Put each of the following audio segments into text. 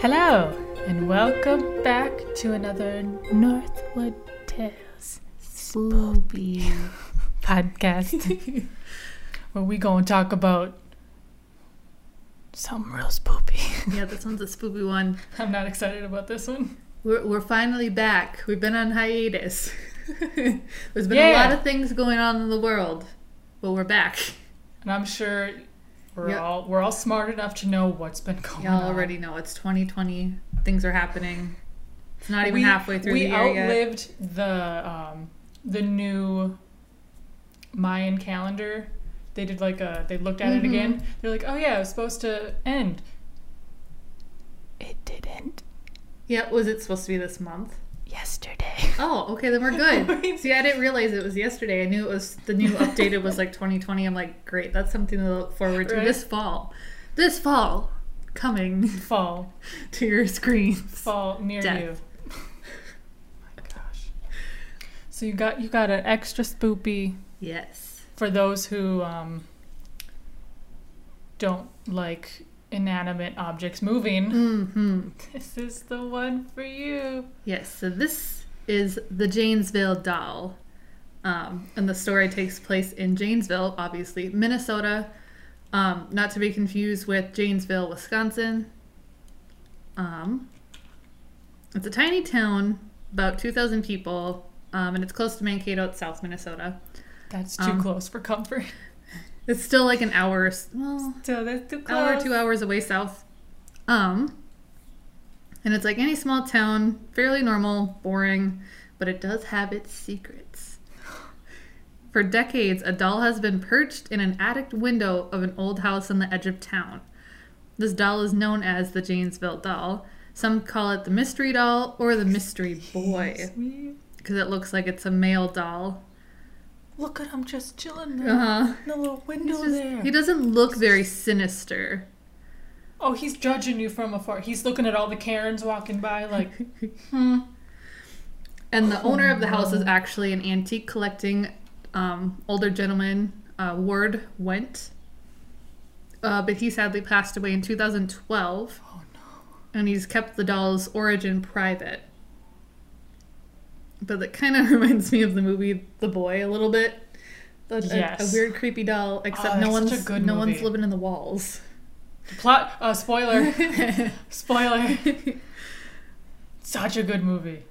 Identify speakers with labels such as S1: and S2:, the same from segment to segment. S1: Hello, and welcome back to another Northwood Tales
S2: Spoopy.
S1: podcast where we gonna talk about some real spoopy.
S2: yeah, this one's a spoopy one.
S1: I'm not excited about this one.
S2: We're, we're finally back. We've been on hiatus. There's been a
S1: Yeah.
S2: lot of things going on in the world, but we're back.
S1: And I'm sure we're
S2: Yeah.
S1: all we're all smart enough to know what's been going on.
S2: Y'all already know it's 2020. Things are happening. It's not even
S1: we,
S2: halfway through
S1: we
S2: the year yet.
S1: outlived the um, the new Mayan calendar. They did like a they looked at it
S2: Mhm.
S1: again. They're like, oh yeah, it was supposed to end. It didn't
S2: Yeah, was it supposed to be this month?
S1: yesterday.
S2: Oh, okay, then we're good. See, I didn't realize it was yesterday. I knew it was the new updated was like 2020. I'm like, great, that's something to look forward to
S1: Right.
S2: this fall. This fall, coming
S1: Fall,
S2: to your screens.
S1: fall near
S2: Death.
S1: you. My gosh. So you got you got an extra spoopy
S2: Yes.
S1: for those who um, don't like inanimate objects moving.
S2: hmm
S1: This is the one for you.
S2: Yes. So this is the Janesville doll, um, and the story takes place in Janesville, obviously Minnesota, um, not to be confused with Janesville, Wisconsin. Um, it's a tiny town, about two thousand people, um, and it's close to Mankato, it's South Minnesota.
S1: That's too
S2: Um,
S1: close for comfort.
S2: It's still like an hour, or s- well,
S1: So that's too close.
S2: hour two hours away south um and it's like any small town fairly normal boring but it does have its secrets for decades a doll has been perched in an attic window of an old house on the edge of town this doll is known as the janesville doll some call it the mystery doll or the mystery boy
S1: Sweet.
S2: because it looks like it's a male doll
S1: Look at him just chilling there
S2: uh-huh
S1: in the little
S2: He's
S1: window
S2: just-
S1: there.
S2: he doesn't look very sinister
S1: oh, he's judging you from afar. He's looking at all the Karens walking by, like, hmm.
S2: And the owner
S1: Oh.
S2: of the house is actually an antique collecting um, older gentleman, uh, Ward Went. Uh, but he sadly passed away in 2012,
S1: Oh no.
S2: and he's kept the doll's origin private. But that kind of reminds me of the movie The Boy a little bit. The- a- a,
S1: Yes.
S2: weird, creepy doll, except
S1: Oh,
S2: no
S1: it's such
S2: one's
S1: a good
S2: no
S1: movie.
S2: one's living in the walls.
S1: Plot. Uh, spoiler. spoiler. Such a good movie. Oh.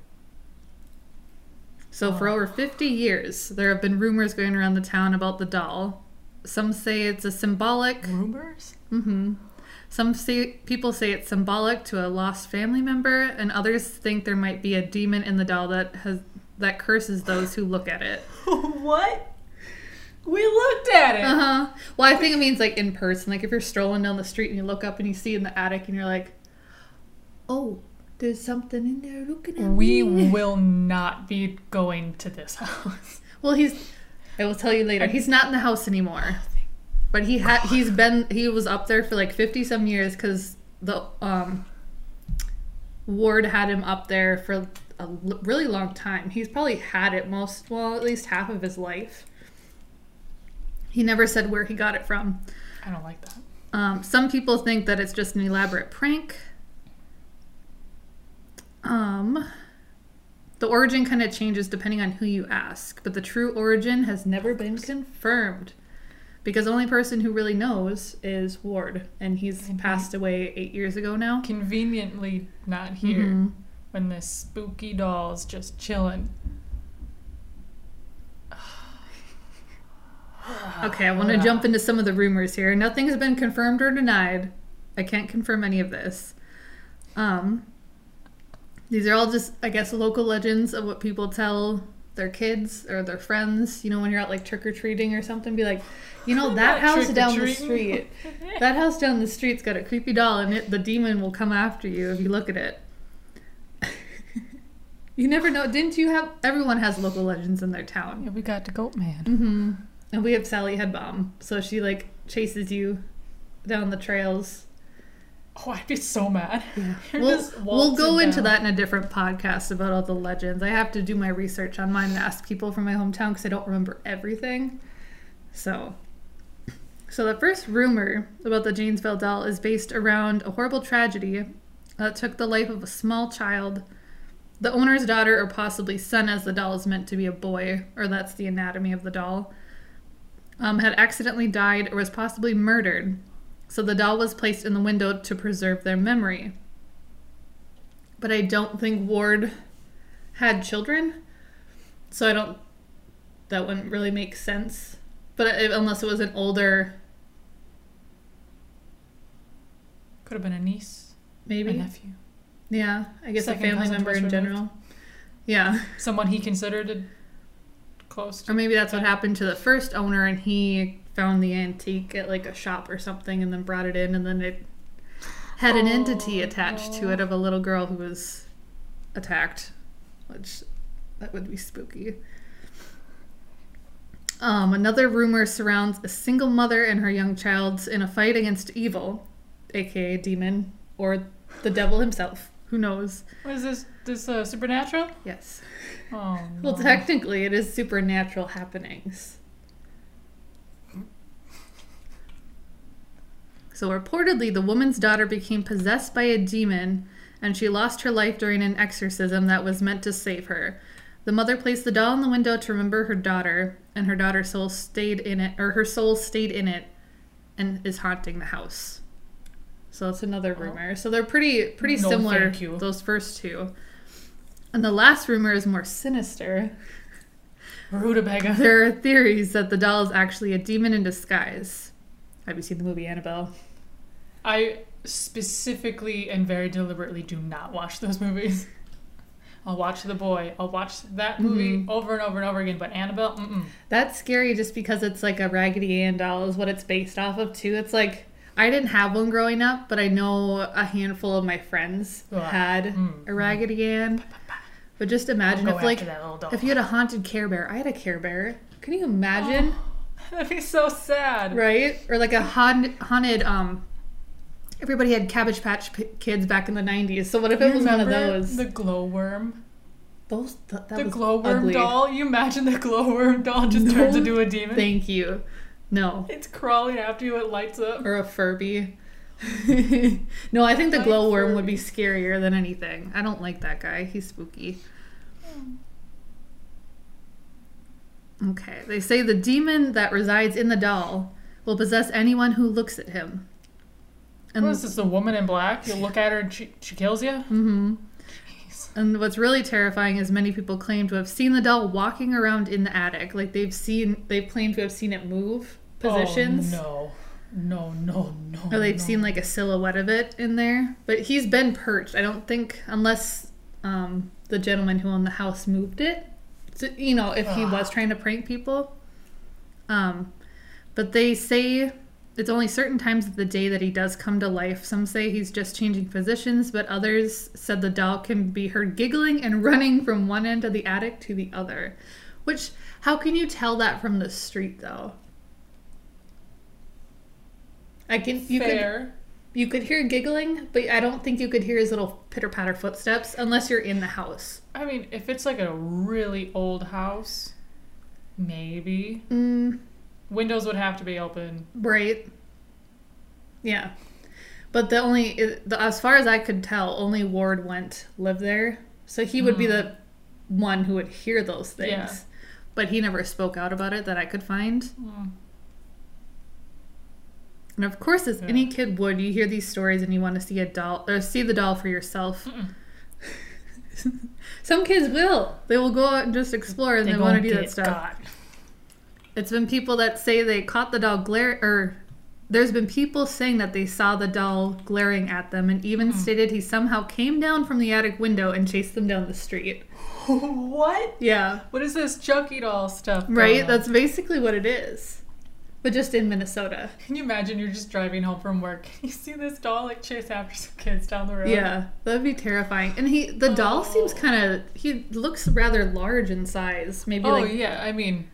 S2: So, for over 50 years, there have been rumors going around the town about the doll. Some say it's a symbolic.
S1: Rumors.
S2: hmm Some say, people say it's symbolic to a lost family member, and others think there might be a demon in the doll that has that curses those who look at it.
S1: what? We looked at it.
S2: Uh huh. Well, I think it means like in person. Like if you're strolling down the street and you look up and you see in the attic and you're like, "Oh, there's something in there looking at
S1: We
S2: me."
S1: will not be going to this house.
S2: Well, he's. I will tell you later. He's not in the house anymore. But he had. He's been. He was up there for like fifty some years because the um. Ward had him up there for a l- really long time. He's probably had it most, well, at least half of his life. He never said where he got it from.
S1: I don't like that.
S2: Um, some people think that it's just an elaborate prank. Um, the origin kind of changes depending on who you ask, but the true origin has never been confirmed because the only person who really knows is Ward, and he's passed away eight years ago now.
S1: Conveniently not here.
S2: Mhm.
S1: when this spooky doll's just chilling.
S2: Okay, I want to jump into some of the rumors here. Nothing has been confirmed or denied. I can't confirm any of this. Um, these are all just, I guess, local legends of what people tell their kids or their friends. You know, when you're out like trick or treating or something, be like, you know,
S1: not
S2: that house down the
S1: trick-or-treating.
S2: street, that house down the street's got a creepy doll, and it, the demon will come after you if you look at it. you never know. Didn't you have? Everyone has local legends in their town.
S1: Yeah, we got the goat man.
S2: hmm And we have Sally Headbomb, so she like chases you down the trails.
S1: Oh, I'd be so mad. You're
S2: We'll,
S1: just
S2: we'll go
S1: waltzing
S2: into
S1: down.
S2: that in a different podcast about all the legends. I have to do my research on mine and ask people from my hometown because I don't remember everything. So, so the first rumor about the Janesville doll is based around a horrible tragedy that took the life of a small child. The owner's daughter or possibly son, as the doll is meant to be a boy, or that's the anatomy of the doll, um, had accidentally died or was possibly murdered. So the doll was placed in the window to preserve their memory. But I don't think Ward had children, so I don't. That wouldn't really make sense. But it, unless it was an older,
S1: Could have been a niece,
S2: maybe.
S1: a nephew,
S2: Yeah, I guess
S1: Second
S2: a family
S1: cousin
S2: member
S1: plus
S2: in
S1: removed.
S2: general. Yeah,
S1: someone he considered a- close
S2: or
S1: to.
S2: maybe that's what happened to the first owner, and he found the antique at like a shop or something, and then brought it in, and then it had an entity
S1: Oh,
S2: attached to
S1: no.
S2: it of a little girl who was attacked, which that would be spooky. Um, another rumor surrounds a single mother and her young child in a fight against evil, aka demon or the devil himself. Who knows?
S1: What is this? This uh, supernatural?
S2: Yes.
S1: Oh,
S2: Well,
S1: no.
S2: technically, it is supernatural happenings. So, reportedly, the woman's daughter became possessed by a demon and she lost her life during an exorcism that was meant to save her. The mother placed the doll in the window to remember her daughter, and her daughter's soul stayed in it, or her soul stayed in it and is haunting the house. So that's another
S1: Oh.
S2: rumor. So they're pretty pretty
S1: No,
S2: similar
S1: thank you.
S2: those first two. And the last rumor is more sinister.
S1: rutabaga.
S2: There are theories that the doll is actually a demon in disguise. Have you seen the movie Annabelle?
S1: I specifically and very deliberately do not watch those movies. I'll watch The Boy. I'll watch
S2: Mm-hmm.
S1: that movie over and over and over again. But Annabelle, mm-mm.
S2: That's scary just because it's like a Raggedy Ann doll is what it's based off of too. It's like I didn't have one growing up, but I know a handful of my friends
S1: Ugh.
S2: had
S1: Mm.
S2: a Raggedy Ann. But just
S1: I'll
S2: imagine
S1: go
S2: if like
S1: after that little doll.
S2: if you had a haunted Care Bear. I had a Care Bear. Can you imagine?
S1: That'd be so sad.
S2: Right? Or like a haunted, haunted um everybody had Cabbage Patch P- Kids back in the 90s. So what if it
S1: You
S2: was one of
S1: remember
S2: those?
S1: The glowworm.
S2: those th- that
S1: The
S2: was
S1: glowworm
S2: ugly.
S1: doll. You imagine the glowworm doll just turns
S2: No
S1: into a demon.
S2: Thank you. No.
S1: It's crawling after you. It lights up.
S2: Or a Furby. no, I think the
S1: Like
S2: glowworm would
S1: Furby.
S2: be scarier than anything. I don't like that guy. He's spooky. Okay. They say the demon that resides in the doll will possess anyone who looks at him. And
S1: what is this? The woman in black. You look at her and she, she kills you.
S2: hmm
S1: Jeez.
S2: And what's really terrifying is many people claim to have seen the doll walking around in the attic. Like they've seen, they've claimed to have seen it move positions.
S1: Oh, no, no, no, no.
S2: Or they've
S1: no.
S2: seen like a silhouette of it in there. But he's been perched. I don't think, unless um, the gentleman who owned the house moved it. So, you know, if he was trying to prank people. Um, but they say it's only certain times of the day that he does come to life. Some say he's just changing positions, but others said the doll can be heard giggling and running from one end of the attic to the other. Which, how can you tell that from the street though? I can you could
S1: Fair.
S2: you could hear giggling, but I don't think you could hear his little pitter patter footsteps unless you're in the house.
S1: I mean, if it's like a really old house, maybe
S2: Mm,
S1: windows would have to be open.
S2: right. Yeah. But the only, it- the, as far as I could tell, only Ward went live there. So he would be the one who would hear those things.
S1: Hmm. Yeah.
S2: But he never spoke out about it that I could find.
S1: Mm.
S2: And of course, as
S1: Yeah.
S2: any kid would, you hear these stories and you want to see a doll or see the doll for yourself.
S1: Mm-mm.
S2: Some kids will. They will go out and just explore and they,
S1: gonna
S2: want to do
S1: get
S2: that stuff.
S1: got.
S2: It's been people that say they caught the doll glare or there's been people saying that they saw the doll glaring at them and even
S1: Hmm.
S2: stated he somehow came down from the attic window and chased them down the street.
S1: what?
S2: Yeah.
S1: What is this Chucky doll stuff? going
S2: Right?
S1: on?
S2: That's basically what it is. But just in Minnesota.
S1: Can you imagine you're just driving home from work? You see this doll like chase after some kids down the road.
S2: Yeah. That'd be terrifying. And he
S1: Oh.
S2: the doll seems kinda he looks rather large in size. Maybe
S1: Oh
S2: like
S1: yeah, I mean,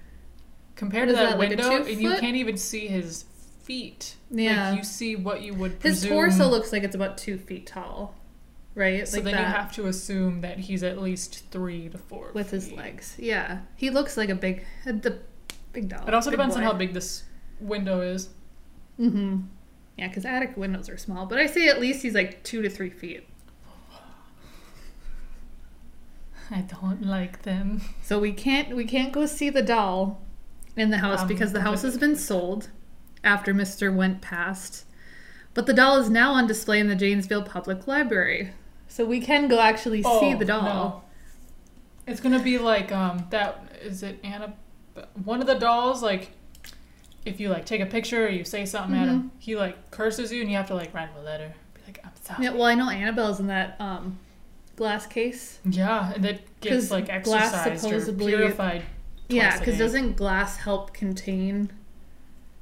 S1: compared to
S2: What is
S1: that,
S2: that, like a
S1: window,
S2: two
S1: and you
S2: foot?
S1: can't even see his feet.
S2: Yeah.
S1: like, you see what you would
S2: his
S1: presume.
S2: torso looks like it's about two feet tall. Right?
S1: So
S2: like
S1: then
S2: that.
S1: you have to assume that he's at least three to four
S2: with his
S1: feet.
S2: legs. Yeah, he looks like a big, a, the big dog.
S1: It also depends on how big this window is.
S2: Mm-hmm. Yeah, because attic windows are small, but I say at least he's like two to three feet.
S1: I don't like them.
S2: So we can't we can't go see the doll in the house
S1: Um,
S2: because the house has been sold after Mr. Went passed. But the doll is now on display in the Janesville Public Library. So we can go actually see
S1: Oh,
S2: the doll.
S1: no. It's gonna be like um that is it Anna one of the dolls like if you like take a picture or you say something at
S2: Mm-hmm.
S1: him, he like curses you and you have to like write him a letter. Be like, I'm sorry.
S2: Yeah, well, I know Annabelle's in that um, glass case.
S1: Yeah, and that
S2: 'Cause
S1: gets like
S2: glass
S1: exercised
S2: supposedly-
S1: or purified.
S2: yeah,
S1: twice a
S2: because
S1: day.
S2: doesn't glass help contain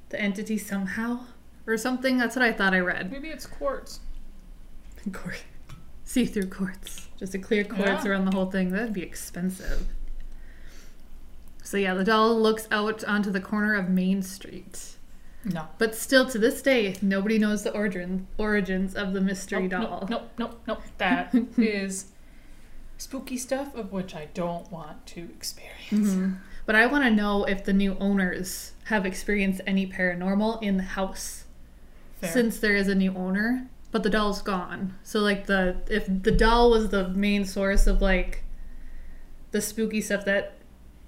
S2: the entity somehow or something? That's what I thought I read.
S1: maybe it's quartz.
S2: See through quartz. Just a clear quartz
S1: Yeah.
S2: around the whole thing. That'd be expensive. So, yeah, the doll looks out onto the corner of Main Street.
S1: No.
S2: But still, to this day, nobody knows the origin, origins of the mystery
S1: Nope,
S2: doll.
S1: Nope, nope, nope, nope. That is spooky stuff of which I don't want to experience.
S2: Mm-hmm. But I want to know if the new owners have experienced any paranormal in the house
S1: Fair.
S2: since there is a new owner, but the doll's gone. So like the if the doll was the main source of like the spooky stuff that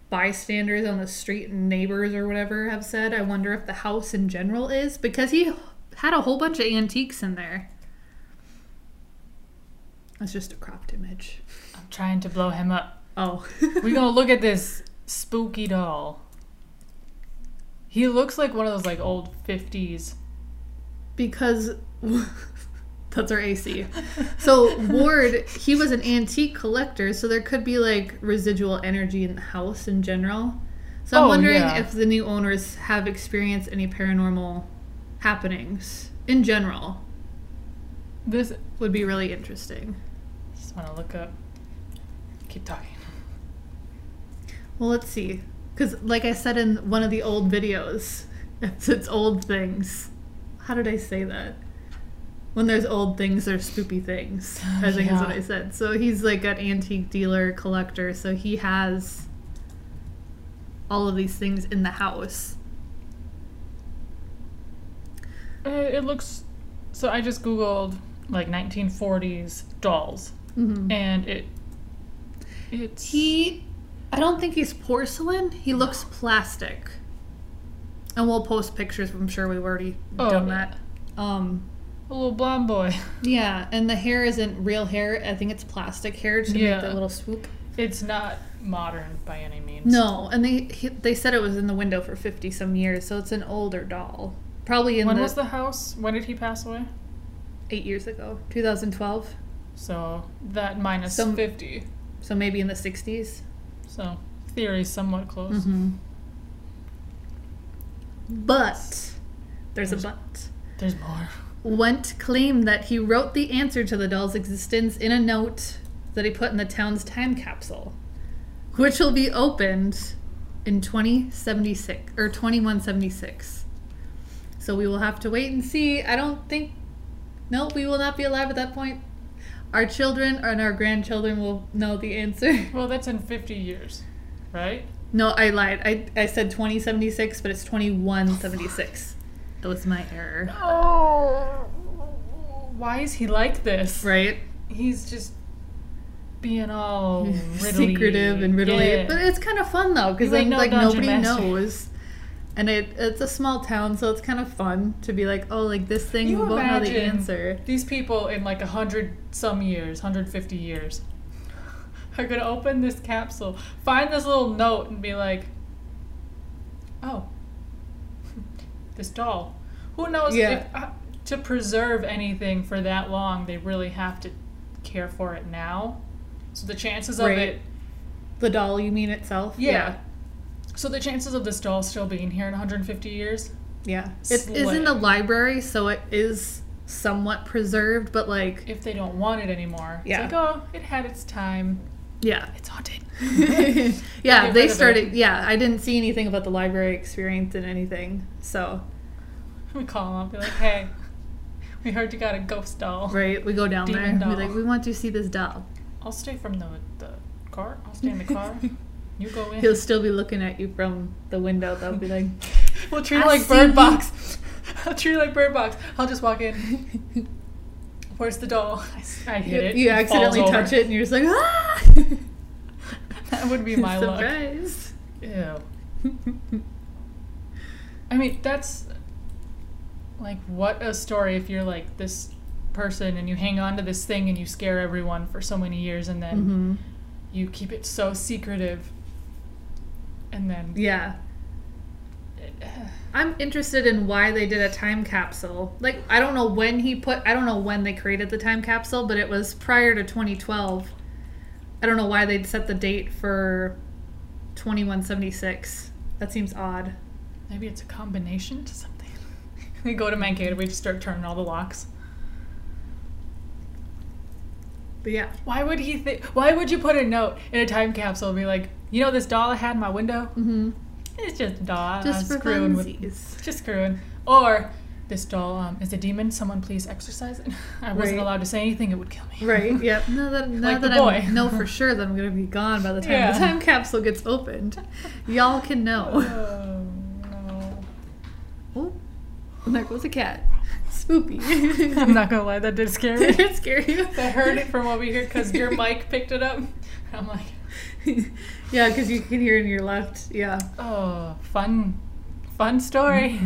S2: bystanders on the street and neighbors or whatever have said, I wonder if the house in general is because he had a whole bunch of antiques in there. That's just a cropped image.
S1: I'm trying to blow him up.
S2: Oh.
S1: We're gonna look at this spooky doll. He looks like one of those like old fifties.
S2: because that's our AC. So Ward, he was an antique collector, so there could be like residual energy in the house in general. So I'm
S1: Oh,
S2: wondering
S1: yeah.
S2: if the new owners have experienced any paranormal happenings in general.
S1: This
S2: Would be really interesting.
S1: just wanna look up. Keep talking.
S2: Well, let's see. Because, like I said in one of the old videos, it's, it's old things. How did I say that? When there's old things, there's spoopy things. I think is what
S1: Yeah.
S2: I said. So he's like an antique dealer collector. So he has all of these things in the house.
S1: Uh, it looks so I just googled like nineteen forties dolls
S2: Mhm.
S1: and it it's
S2: He, I don't think he's porcelain. He looks plastic. And we'll post pictures. I'm sure we've already
S1: Oh,
S2: done
S1: yeah.
S2: that. Um,
S1: a little blonde boy.
S2: Yeah, and the hair isn't real hair. I think it's plastic hair to
S1: Yeah.
S2: make the little swoop.
S1: It's not modern by any means.
S2: No, and they he- they said it was in the window for fifty some years, so it's an older doll. Probably in
S1: When
S2: the,
S1: was the house? When did he pass away?
S2: eight years ago, two thousand twelve.
S1: So that minus
S2: Some-
S1: fifty.
S2: So maybe in the sixties.
S1: So theory's somewhat close.
S2: Mm-hmm. But there's a but.
S1: There's more.
S2: Went claimed that he wrote the answer to the doll's existence in a note that he put in the town's time capsule, which will be opened in 2076 or 2176. So we will have to wait and see. I don't think, no, we will not be alive at that point. Our children and our grandchildren will know the answer.
S1: Well, that's in 50 years, right?
S2: No, I lied. I, I said 2076, but it's 2176. That was my error.
S1: Oh. Why is he like this?
S2: Right?
S1: He's just being all riddly.
S2: secretive and riddly.
S1: Yeah.
S2: But it's kind of fun though, because
S1: You ain't no
S2: then like
S1: dungeon
S2: nobody
S1: master.
S2: knows, and it it's a small town, so it's kind of fun to be like, oh, like this thing,
S1: You
S2: we won't know the
S1: imagine-
S2: answer.
S1: These people in like a 100 some years, 150 years, are going to open this capsule, find this little note, and be like, oh, this doll. Who knows
S2: Yeah.
S1: if. Uh, to preserve anything for that long, they really have to care for it now. So the chances of
S2: Right.
S1: it
S2: The doll, you mean itself?
S1: Yeah. So the chances of this doll still being here in 150 years?
S2: yeah. It is in
S1: Slim.
S2: the library, so it is somewhat preserved, but like,
S1: If they don't want it anymore,
S2: Yeah.
S1: it's like, oh, it had its time.
S2: yeah.
S1: It's haunted.
S2: yeah,
S1: Get rid
S2: they
S1: of it.
S2: started. Yeah, I didn't see anything about the library experience in anything. So,
S1: We call them up, be like, hey, we heard you got a ghost doll.
S2: right, we go down
S1: Demon
S2: there. and
S1: doll.
S2: We're like, we want to see this doll.
S1: I'll stay from the, the car. I'll stay in the car. you go in.
S2: He'll still be looking at you from the window. They'll be like,
S1: we'll treat it
S2: I
S1: like
S2: see
S1: Bird
S2: you.
S1: Box. I'll treat it like Bird Box. I'll just walk in. Where's the doll? I, s- I
S2: you,
S1: hit it.
S2: you
S1: it falls
S2: accidentally
S1: over.
S2: touch it and you're just like, ah!
S1: That would be my luck.
S2: Surprise.
S1: Ew. I mean, that's like what a story if you're like this person and you hang on to this thing and you scare everyone for so many years and then
S2: hmm
S1: you keep it so secretive and then
S2: Yeah. I'm interested in why they did a time capsule. Like, I don't know when he put, I don't know when they created the time capsule, but it was prior to 2012. I don't know why they'd set the date for 2176. That seems odd.
S1: maybe it's a combination to something. we go to Mankato, we just start turning all the locks.
S2: But yeah.
S1: Why would he think? Why would you put a note in a time capsule and be like, you know, this doll I had in my window?
S2: Mm-hmm.
S1: It's just a doll. I'm
S2: Just for
S1: Uh, screwing with,
S2: funsies.
S1: just screwing. Or this doll um, is a demon. Someone please exorcise it. I wasn't
S2: Right.
S1: allowed to say anything. It would kill me.
S2: Right. Yep. Now that, now
S1: Like the
S2: that I
S1: boy.
S2: know for sure that I'm gonna be gone by the time
S1: Yeah.
S2: the time capsule gets opened, y'all can know.
S1: Oh no!
S2: Oh, there goes a cat. Spoopy.
S1: I'm not gonna lie, that did scare
S2: Did
S1: me.
S2: it scare you?
S1: I heard it from over here because your mic picked it up. I'm like,
S2: yeah, because you can hear in your left. Yeah.
S1: oh, fun, fun story.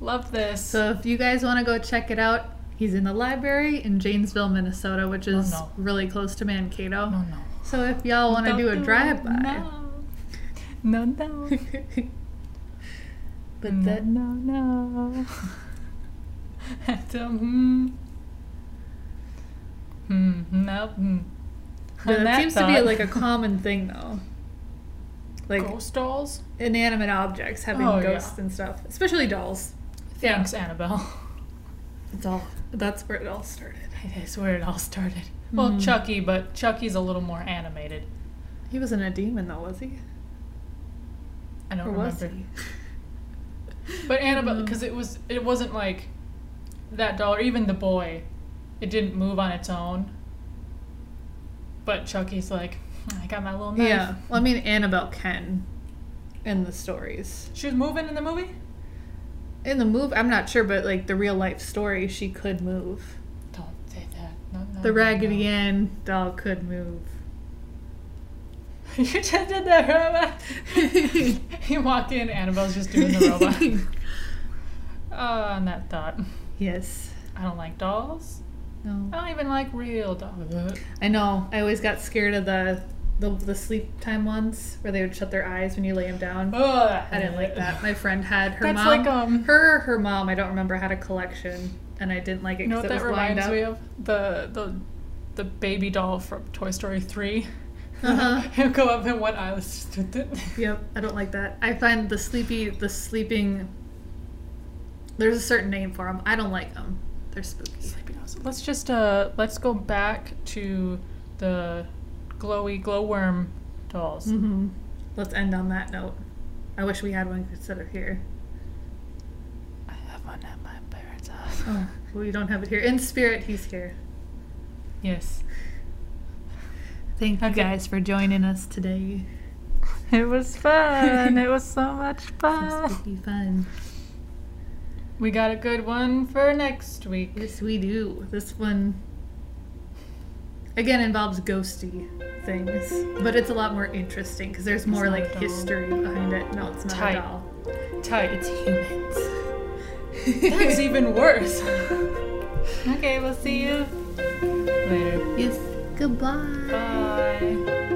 S1: Love this.
S2: Mm-hmm. So if you guys want to go check it out, he's in the library in Janesville, Minnesota, which is
S1: Oh, no. Oh,
S2: really close to Mankato.
S1: no, no.
S2: So if y'all want to
S1: Don't
S2: do a
S1: it.
S2: drive by,
S1: No, no, no.
S2: but
S1: no,
S2: that
S1: no, no. That's a hmm. Hmm. No. Hmm.
S2: But
S1: And
S2: that seems to be
S1: thought-
S2: like a common thing, though. Like
S1: ghost dolls.
S2: inanimate objects having
S1: Oh, yeah.
S2: ghosts and stuff, especially dolls.
S1: Thanks, Annabelle.
S2: It's all that's where it all started.
S1: It is where it all started.
S2: Mm-hmm.
S1: Well, Chucky, but Chucky's a little more animated.
S2: He wasn't a demon, though, was he?
S1: I don't
S2: Or was
S1: remember.
S2: he?
S1: But Annabelle,
S2: Mm.
S1: because it was, it wasn't like that doll or even the boy. It didn't move on its own. But Chucky's like, "Hmm, I got my little knife.
S2: Yeah. Well, I mean, Annabelle can in the stories.
S1: She was moving in the movie.
S2: In the movie, I'm not sure, but like the real life story, she could move.
S1: Don't say that. No, no.
S2: The
S1: no,
S2: Raggedy
S1: no.
S2: Ann doll could move.
S1: you just did that robot. you walk in, Annabelle's just doing the robot. oh, and that thought.
S2: yes.
S1: I don't like dolls.
S2: No.
S1: I don't even like real dolls.
S2: I know. I always got scared of the the, the sleep time ones where they would shut their eyes when you lay them down.
S1: Ugh.
S2: I didn't like that. My friend had her
S1: That's
S2: mom.
S1: like, um,
S2: her or her mom. I don't remember had a collection, and I didn't like it
S1: You know
S2: because
S1: what that
S2: it was lined
S1: reminds
S2: up.
S1: me of? The the the baby doll from Toy Story 3
S2: Uh-huh.
S1: He'll go up in one eye. Let's just do it.
S2: Yep, I don't like that. I find the sleepy, the sleeping. There's a certain name for them. I don't like them. They're spooky.
S1: Sleepy dolls. Let's just uh let's go back to the glowy glowworm dolls.
S2: Mm-hmm. Let's end on that note. I wish we had one instead of here.
S1: I have one at my parents' house.
S2: Oh, we don't have it here. In spirit, he's here.
S1: Yes.
S2: Thank
S1: Okay.
S2: you guys for joining us today.
S1: It was fun. it was so much
S2: Some
S1: fun.
S2: spooky fun.
S1: We got a good one for next week.
S2: Yes, we do. This one again involves ghosty things, but it's a lot more interesting because there's more
S1: not
S2: like
S1: a doll.
S2: history behind it. No, it's not
S1: Tight.
S2: a doll.
S1: Tight.
S2: humans.
S1: That's even worse. okay, we'll see you later.
S2: yes. Goodbye.
S1: Bye.